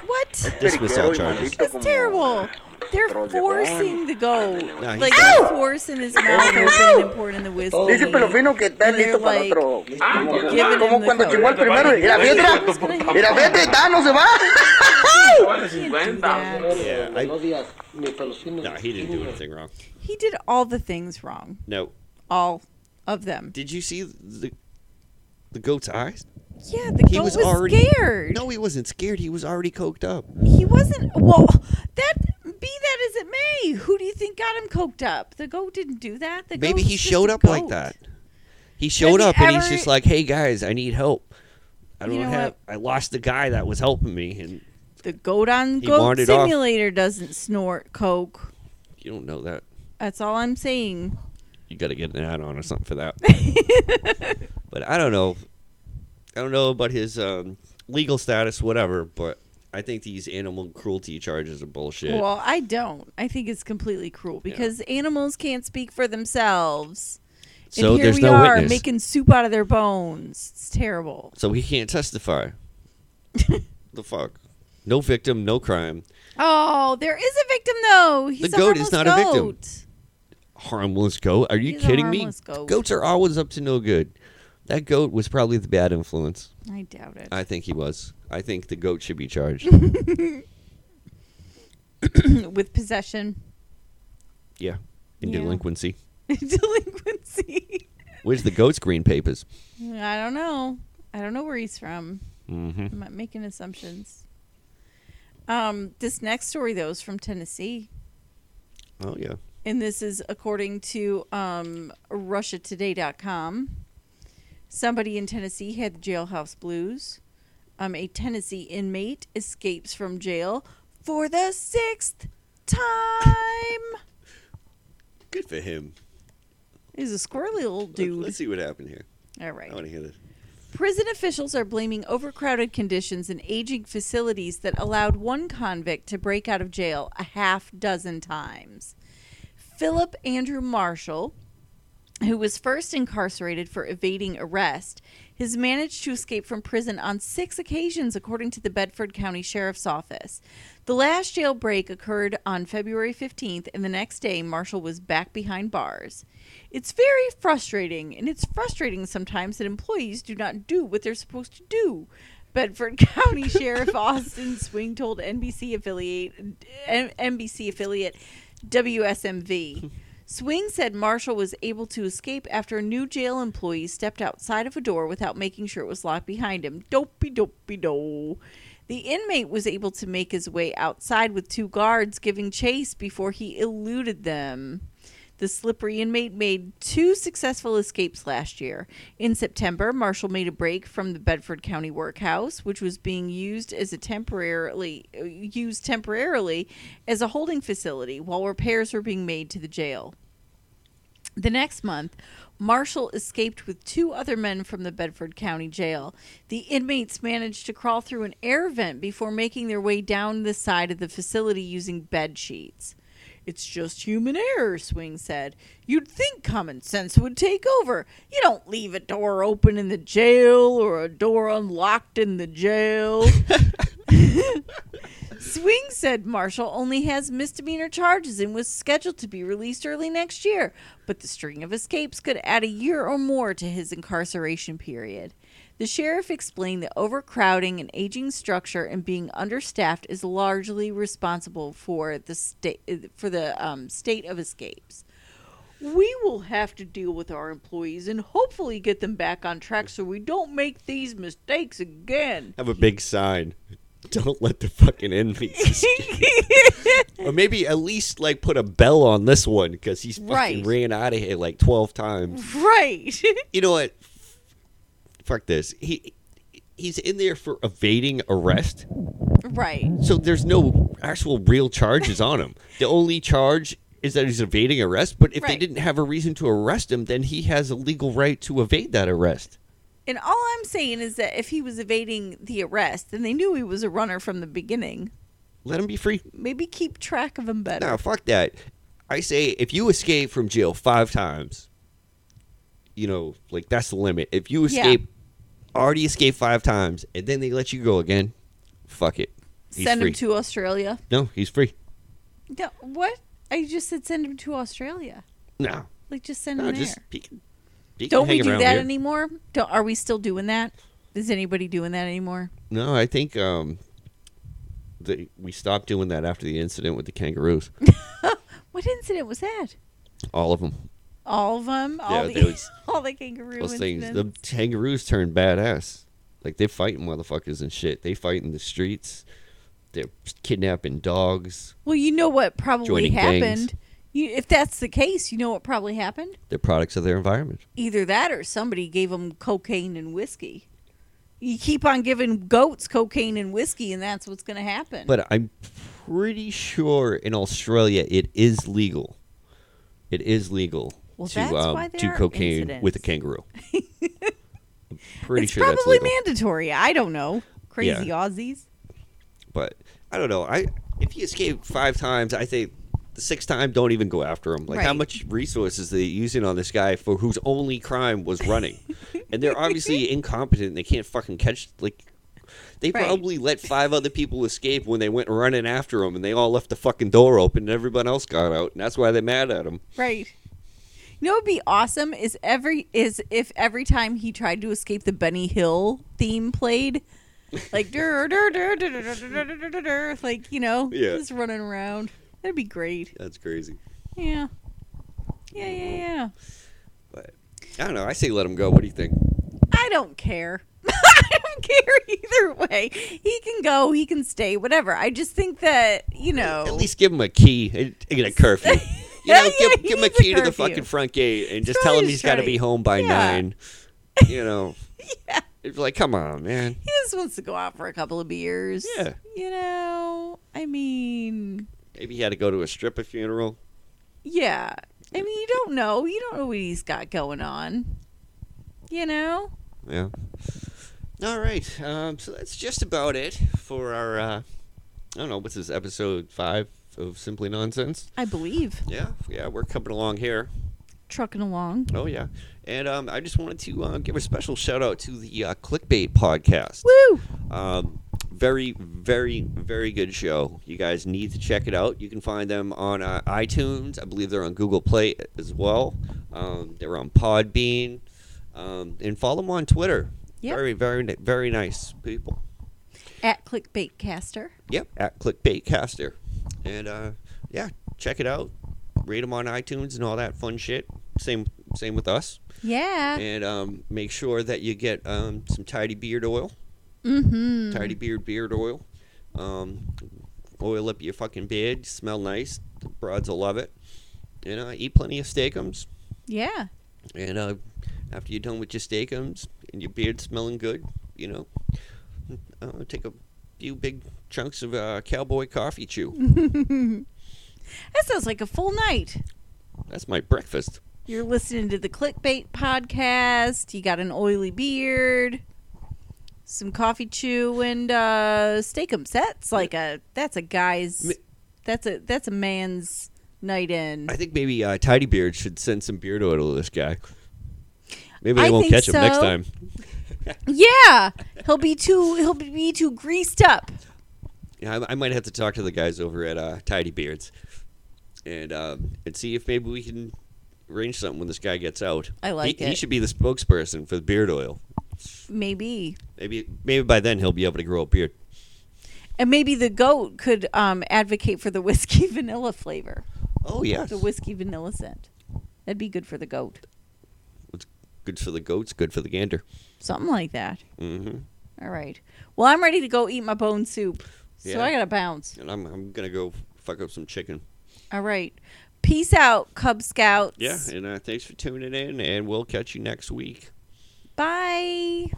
Speaker 1: What?
Speaker 2: Dismiss all
Speaker 3: periquero y
Speaker 2: charges.
Speaker 3: maldito
Speaker 1: That's
Speaker 3: como-
Speaker 1: terrible. They're
Speaker 3: Troll
Speaker 1: forcing the goat.
Speaker 2: he's-
Speaker 1: Like they're forcing his mouth open and pouring in the whiskey.
Speaker 3: Dice pelo fino que está
Speaker 1: And they're
Speaker 3: listo para
Speaker 1: like,
Speaker 3: otro.
Speaker 1: giving him
Speaker 3: Como
Speaker 1: the
Speaker 3: cuando
Speaker 1: coke.
Speaker 3: chingó el primero. Mira,
Speaker 1: Who's
Speaker 3: fíjate.
Speaker 1: gonna hit
Speaker 3: Mira, fíjate, está, no se va.
Speaker 1: do that?
Speaker 2: Yeah, I-
Speaker 4: No digas, mi pelos finos.
Speaker 2: No, he didn't do anything wrong.
Speaker 1: He did all the things wrong.
Speaker 2: No,
Speaker 1: All of them.
Speaker 2: did you see the the goat's eyes?
Speaker 1: Yeah, the
Speaker 2: He
Speaker 1: goat was,
Speaker 2: was already
Speaker 1: scared.
Speaker 2: No, he wasn't scared. He was already coked up.
Speaker 1: He wasn't. Well, that be that as it may, who do you think got him coked up? The goat didn't do that. The
Speaker 2: Maybe
Speaker 1: goat
Speaker 2: he
Speaker 1: was just
Speaker 2: showed
Speaker 1: a
Speaker 2: up like
Speaker 1: goat.
Speaker 2: that. He showed
Speaker 1: he
Speaker 2: up and he's
Speaker 1: ever-
Speaker 2: just like, "Hey guys, I need help. I
Speaker 1: You
Speaker 2: don't
Speaker 1: know
Speaker 2: have. I lost the guy that was helping me, and
Speaker 1: The Godon
Speaker 2: He
Speaker 1: Goat
Speaker 2: wanted off.
Speaker 1: Simulator doesn't snort coke.
Speaker 2: you don't know that.
Speaker 1: That's all I'm saying.
Speaker 2: You got to get an add-on or something for that. but I don't know. I don't know about his um, legal status, whatever. But I think these animal cruelty charges are bullshit.
Speaker 1: Well, I don't. I think it's completely cruel because animals can't speak for themselves.
Speaker 2: so
Speaker 1: and here
Speaker 2: there's
Speaker 1: we
Speaker 2: no
Speaker 1: are
Speaker 2: witness.
Speaker 1: making soup out of their bones. It's terrible.
Speaker 2: so he can't testify. the fuck. No victim, no crime.
Speaker 1: Oh, there is a victim though. He's a
Speaker 2: goat is
Speaker 1: harmless
Speaker 2: not a victim.
Speaker 1: goat.
Speaker 2: Harmless goat? Are you
Speaker 1: He's a
Speaker 2: kidding me?
Speaker 1: harmless goat.
Speaker 2: Goats are always up to no good. That goat was probably the bad influence.
Speaker 1: I doubt it.
Speaker 2: I think he was. I think the goat should be charged.
Speaker 1: With possession,
Speaker 2: yeah. In
Speaker 1: Yeah.
Speaker 2: delinquency.
Speaker 1: delinquency.
Speaker 2: Where's the goat's green papers?
Speaker 1: I don't know. I don't know where he's from.
Speaker 2: Mm-hmm.
Speaker 1: I'm not making assumptions. Um, this next story though is from Tennessee.
Speaker 2: Oh, yeah.
Speaker 1: and this is according to um, RussiaToday.com. Somebody in Tennessee had the jailhouse blues. Um, a Tennessee inmate escapes from jail for the sixth time.
Speaker 2: Good for him.
Speaker 1: He's a squirrely old
Speaker 2: Let-
Speaker 1: dude.
Speaker 2: Let's see what happened here.
Speaker 1: All
Speaker 2: I want
Speaker 1: right.
Speaker 2: to hear this.
Speaker 1: Prison officials are blaming overcrowded conditions and aging facilities that allowed one convict to break out of jail a half dozen times. Philip Andrew Marshall, who was first incarcerated for evading arrest, has managed to escape from prison on six occasions, according to the Bedford County Sheriff's Office. The last jailbreak occurred on February 15th, and the next day, Marshall was back behind bars. It's very frustrating, and it's frustrating sometimes that employees do not do what they're supposed to do. Bedford County Sheriff Austin Swing told NBC affiliate N- NBC affiliate WSMV. Swing said Marshall was able to escape after a new jail employee stepped outside of a door without making sure it was locked behind him. Dopey dopey do. The inmate was able to make his way outside with two guards giving chase before he eluded them. The slippery inmate made two successful escapes last year. In September, Marshall made a break from the Bedford County Workhouse, which was being used as a temporarily uh, used temporarily as a holding facility while repairs were being made to the jail. The next month, Marshall escaped with two other men from the Bedford County Jail. The inmates managed to crawl through an air vent before making their way down the side of the facility using bed sheets. It's just human error, Swing said. You'd think common sense would take over. You don't leave a door open in the jail or a door unlocked in the jail. Swing said Marshall only has misdemeanor charges and was scheduled to be released early next year, but the string of escapes could add a year or more to his incarceration period. The sheriff explained that overcrowding and aging structure and being understaffed is largely responsible for the state for the um, state of escapes. We will have to deal with our employees and hopefully get them back on track so we don't make these mistakes again.
Speaker 2: Have a big sign. Don't let the fucking inmates escape. or maybe at least like put a bell on this one because he's fucking
Speaker 1: Right.
Speaker 2: ran out of here like twelve times.
Speaker 1: right.
Speaker 2: you know what? Fuck this. He he's in there for evading arrest,
Speaker 1: right.
Speaker 2: so there's no actual real charges on him. The only charge is that he's evading arrest. But if they
Speaker 1: Right.
Speaker 2: didn't have a reason to arrest him, then he has a legal right to evade that arrest.
Speaker 1: And all I'm saying is that if he was evading the arrest, then they knew he was a runner from the beginning.
Speaker 2: Let him be free.
Speaker 1: Maybe keep track of him better.
Speaker 2: No, fuck that. I say if you escape from jail five times, you know, like that's the limit. If you
Speaker 1: Yeah.
Speaker 2: escape, already escaped five times, and then they let you go again, fuck it. He's
Speaker 1: send
Speaker 2: free.
Speaker 1: him to Australia.
Speaker 2: No, he's free.
Speaker 1: No, what? I just said send him to Australia.
Speaker 2: No,
Speaker 1: Like just send
Speaker 2: no,
Speaker 1: him there.
Speaker 2: just he can, he can
Speaker 1: Don't we
Speaker 2: hang
Speaker 1: do
Speaker 2: around
Speaker 1: that
Speaker 2: here.
Speaker 1: anymore? Don't, are we still doing that? Is anybody doing that anymore?
Speaker 2: No, I think um, the, we stopped doing that after the incident with the kangaroos.
Speaker 1: What incident was that?
Speaker 2: All of them.
Speaker 1: All of them. All
Speaker 2: Yeah,
Speaker 1: the
Speaker 2: there was-
Speaker 1: all the kangaroo
Speaker 2: Those things. The
Speaker 1: incidents?
Speaker 2: kangaroos turned badass. Like they fighting motherfuckers and shit. They fight in the streets. They're kidnapping dogs.
Speaker 1: Well, you know what probably
Speaker 2: Joining gangs.
Speaker 1: happened. You, if that's the case, you know what probably happened.
Speaker 2: They're products of their environment.
Speaker 1: Either that, or somebody gave them cocaine and whiskey, You keep on giving goats cocaine and whiskey, and that's what's going to happen.
Speaker 2: But I'm pretty sure in Australia it is legal. It is legal
Speaker 1: Well,
Speaker 2: to
Speaker 1: that's
Speaker 2: um,
Speaker 1: why there
Speaker 2: do
Speaker 1: are
Speaker 2: cocaine with a
Speaker 1: incidents.
Speaker 2: kangaroo. I'm pretty
Speaker 1: it's
Speaker 2: sure that's
Speaker 1: probably
Speaker 2: legal.
Speaker 1: mandatory. I don't know. Crazy
Speaker 2: Yeah.
Speaker 1: Aussies.
Speaker 2: but I don't know. I if he escaped five times, I think the sixth time don't even go after him. Like how
Speaker 1: Right.
Speaker 2: much resources they using on this guy for whose only crime was running, and they're obviously incompetent. They can't fucking catch like. They
Speaker 1: Right.
Speaker 2: probably let five other people escape when they went running after him, and they all left the fucking door open, and everyone else got out, and that's why they're mad at him.
Speaker 1: Right. You know what would be awesome is every is if every time he tried to escape the Benny Hill theme played. Like dur dur dur dur dur dur dur, dur dur, dur dur like, you know,
Speaker 2: Yeah.
Speaker 1: just running around. That'd be great.
Speaker 2: That's crazy.
Speaker 1: Yeah. Yeah, yeah, yeah.
Speaker 2: But I don't know. I say let him go. What do you think?
Speaker 1: I don't care. I don't care either way. He can go, he can stay, whatever. I just think that, you know,
Speaker 2: At least give him a key and and a curfew. You know,
Speaker 1: Yeah,
Speaker 2: give,
Speaker 1: he
Speaker 2: give him a
Speaker 1: needs a
Speaker 2: key to the
Speaker 1: curfew.
Speaker 2: fucking front gate and just
Speaker 1: That's
Speaker 2: tell him
Speaker 1: probably
Speaker 2: he's got to
Speaker 1: right.
Speaker 2: be home by
Speaker 1: Yeah.
Speaker 2: nine. You know,
Speaker 1: yeah.
Speaker 2: it's like, come on, man.
Speaker 1: he just wants to go out for a couple of beers.
Speaker 2: Yeah.
Speaker 1: You know, I mean,
Speaker 2: Maybe he had to go to a stripper funeral.
Speaker 1: yeah. I mean, you don't know. You don't know what he's got going on. You know?
Speaker 2: Yeah. All right. Um, so that's just about it for our. Uh, I don't know what's this episode five of Simply Nonsense.
Speaker 1: I believe.
Speaker 2: Yeah, yeah, we're coming along here.
Speaker 1: Trucking along.
Speaker 2: Oh yeah, and um, I just wanted to uh, give a special shout out to the uh, Clickbait podcast.
Speaker 1: Woo!
Speaker 2: Um, very, very, very good show. You guys need to check it out. You can find them on uh, iTunes. I believe they're on Google Play as well. Um, they're on Podbean. Um, and follow them on Twitter.
Speaker 1: Yep.
Speaker 2: Very, very, ni- very nice people.
Speaker 1: At Clickbaitcaster.
Speaker 2: Yep. At ClickbaitCaster. And uh, yeah, check it out. Rate them on iTunes and all that fun shit. Same, same with us.
Speaker 1: Yeah.
Speaker 2: And um, make sure that you get um, some tidy beard oil.
Speaker 1: Mm-hmm.
Speaker 2: Tidy beard beard oil. Um, oil up your fucking beard. Smell nice. The broads will love it. And uh, eat plenty of steakums.
Speaker 1: Yeah.
Speaker 2: And uh, after you're done with your steakums and your beard smelling good, you know, uh, take a few big chunks of uh, cowboy
Speaker 1: Mm.
Speaker 2: coffee chew.
Speaker 1: that sounds like a full night.
Speaker 2: That's my breakfast.
Speaker 1: You're listening to the Clickbait podcast. You got an oily beard, some coffee chew, and uh, steakum sets. Like a that's a guy's,
Speaker 2: Mi-
Speaker 1: that's a that's a man's night in.
Speaker 2: I think maybe uh, Tidy Beard should send some beard oil to this guy. Maybe they
Speaker 1: I
Speaker 2: won't
Speaker 1: think
Speaker 2: catch him next
Speaker 1: so.
Speaker 2: time.
Speaker 1: Yeah, he'll be too he'll be too greased up.
Speaker 2: Yeah, I, I might have to talk to the guys over at uh, Tidy Beards, and um, and see if maybe we can arrange something when this guy gets out.
Speaker 1: I like
Speaker 2: he, He
Speaker 1: it.
Speaker 2: should be the spokesperson for the beard oil.
Speaker 1: Maybe
Speaker 2: Maybe maybe by then he'll be able to grow a beard.
Speaker 1: and maybe the goat could um, advocate for the whiskey vanilla flavor,
Speaker 2: Oh yes,
Speaker 1: the whiskey vanilla scent. That'd be good for the goat.
Speaker 2: good for the goats, good for the gander.
Speaker 1: Something like that.
Speaker 2: hmm
Speaker 1: All right. Well, I'm ready to go eat my bone soup. So
Speaker 2: Yeah.
Speaker 1: I got to bounce.
Speaker 2: And I'm I'm gonna go fuck up some chicken.
Speaker 1: All right. Peace out, Cub Scouts.
Speaker 2: Yeah, and uh, thanks for tuning in, and we'll catch you next week.
Speaker 1: Bye.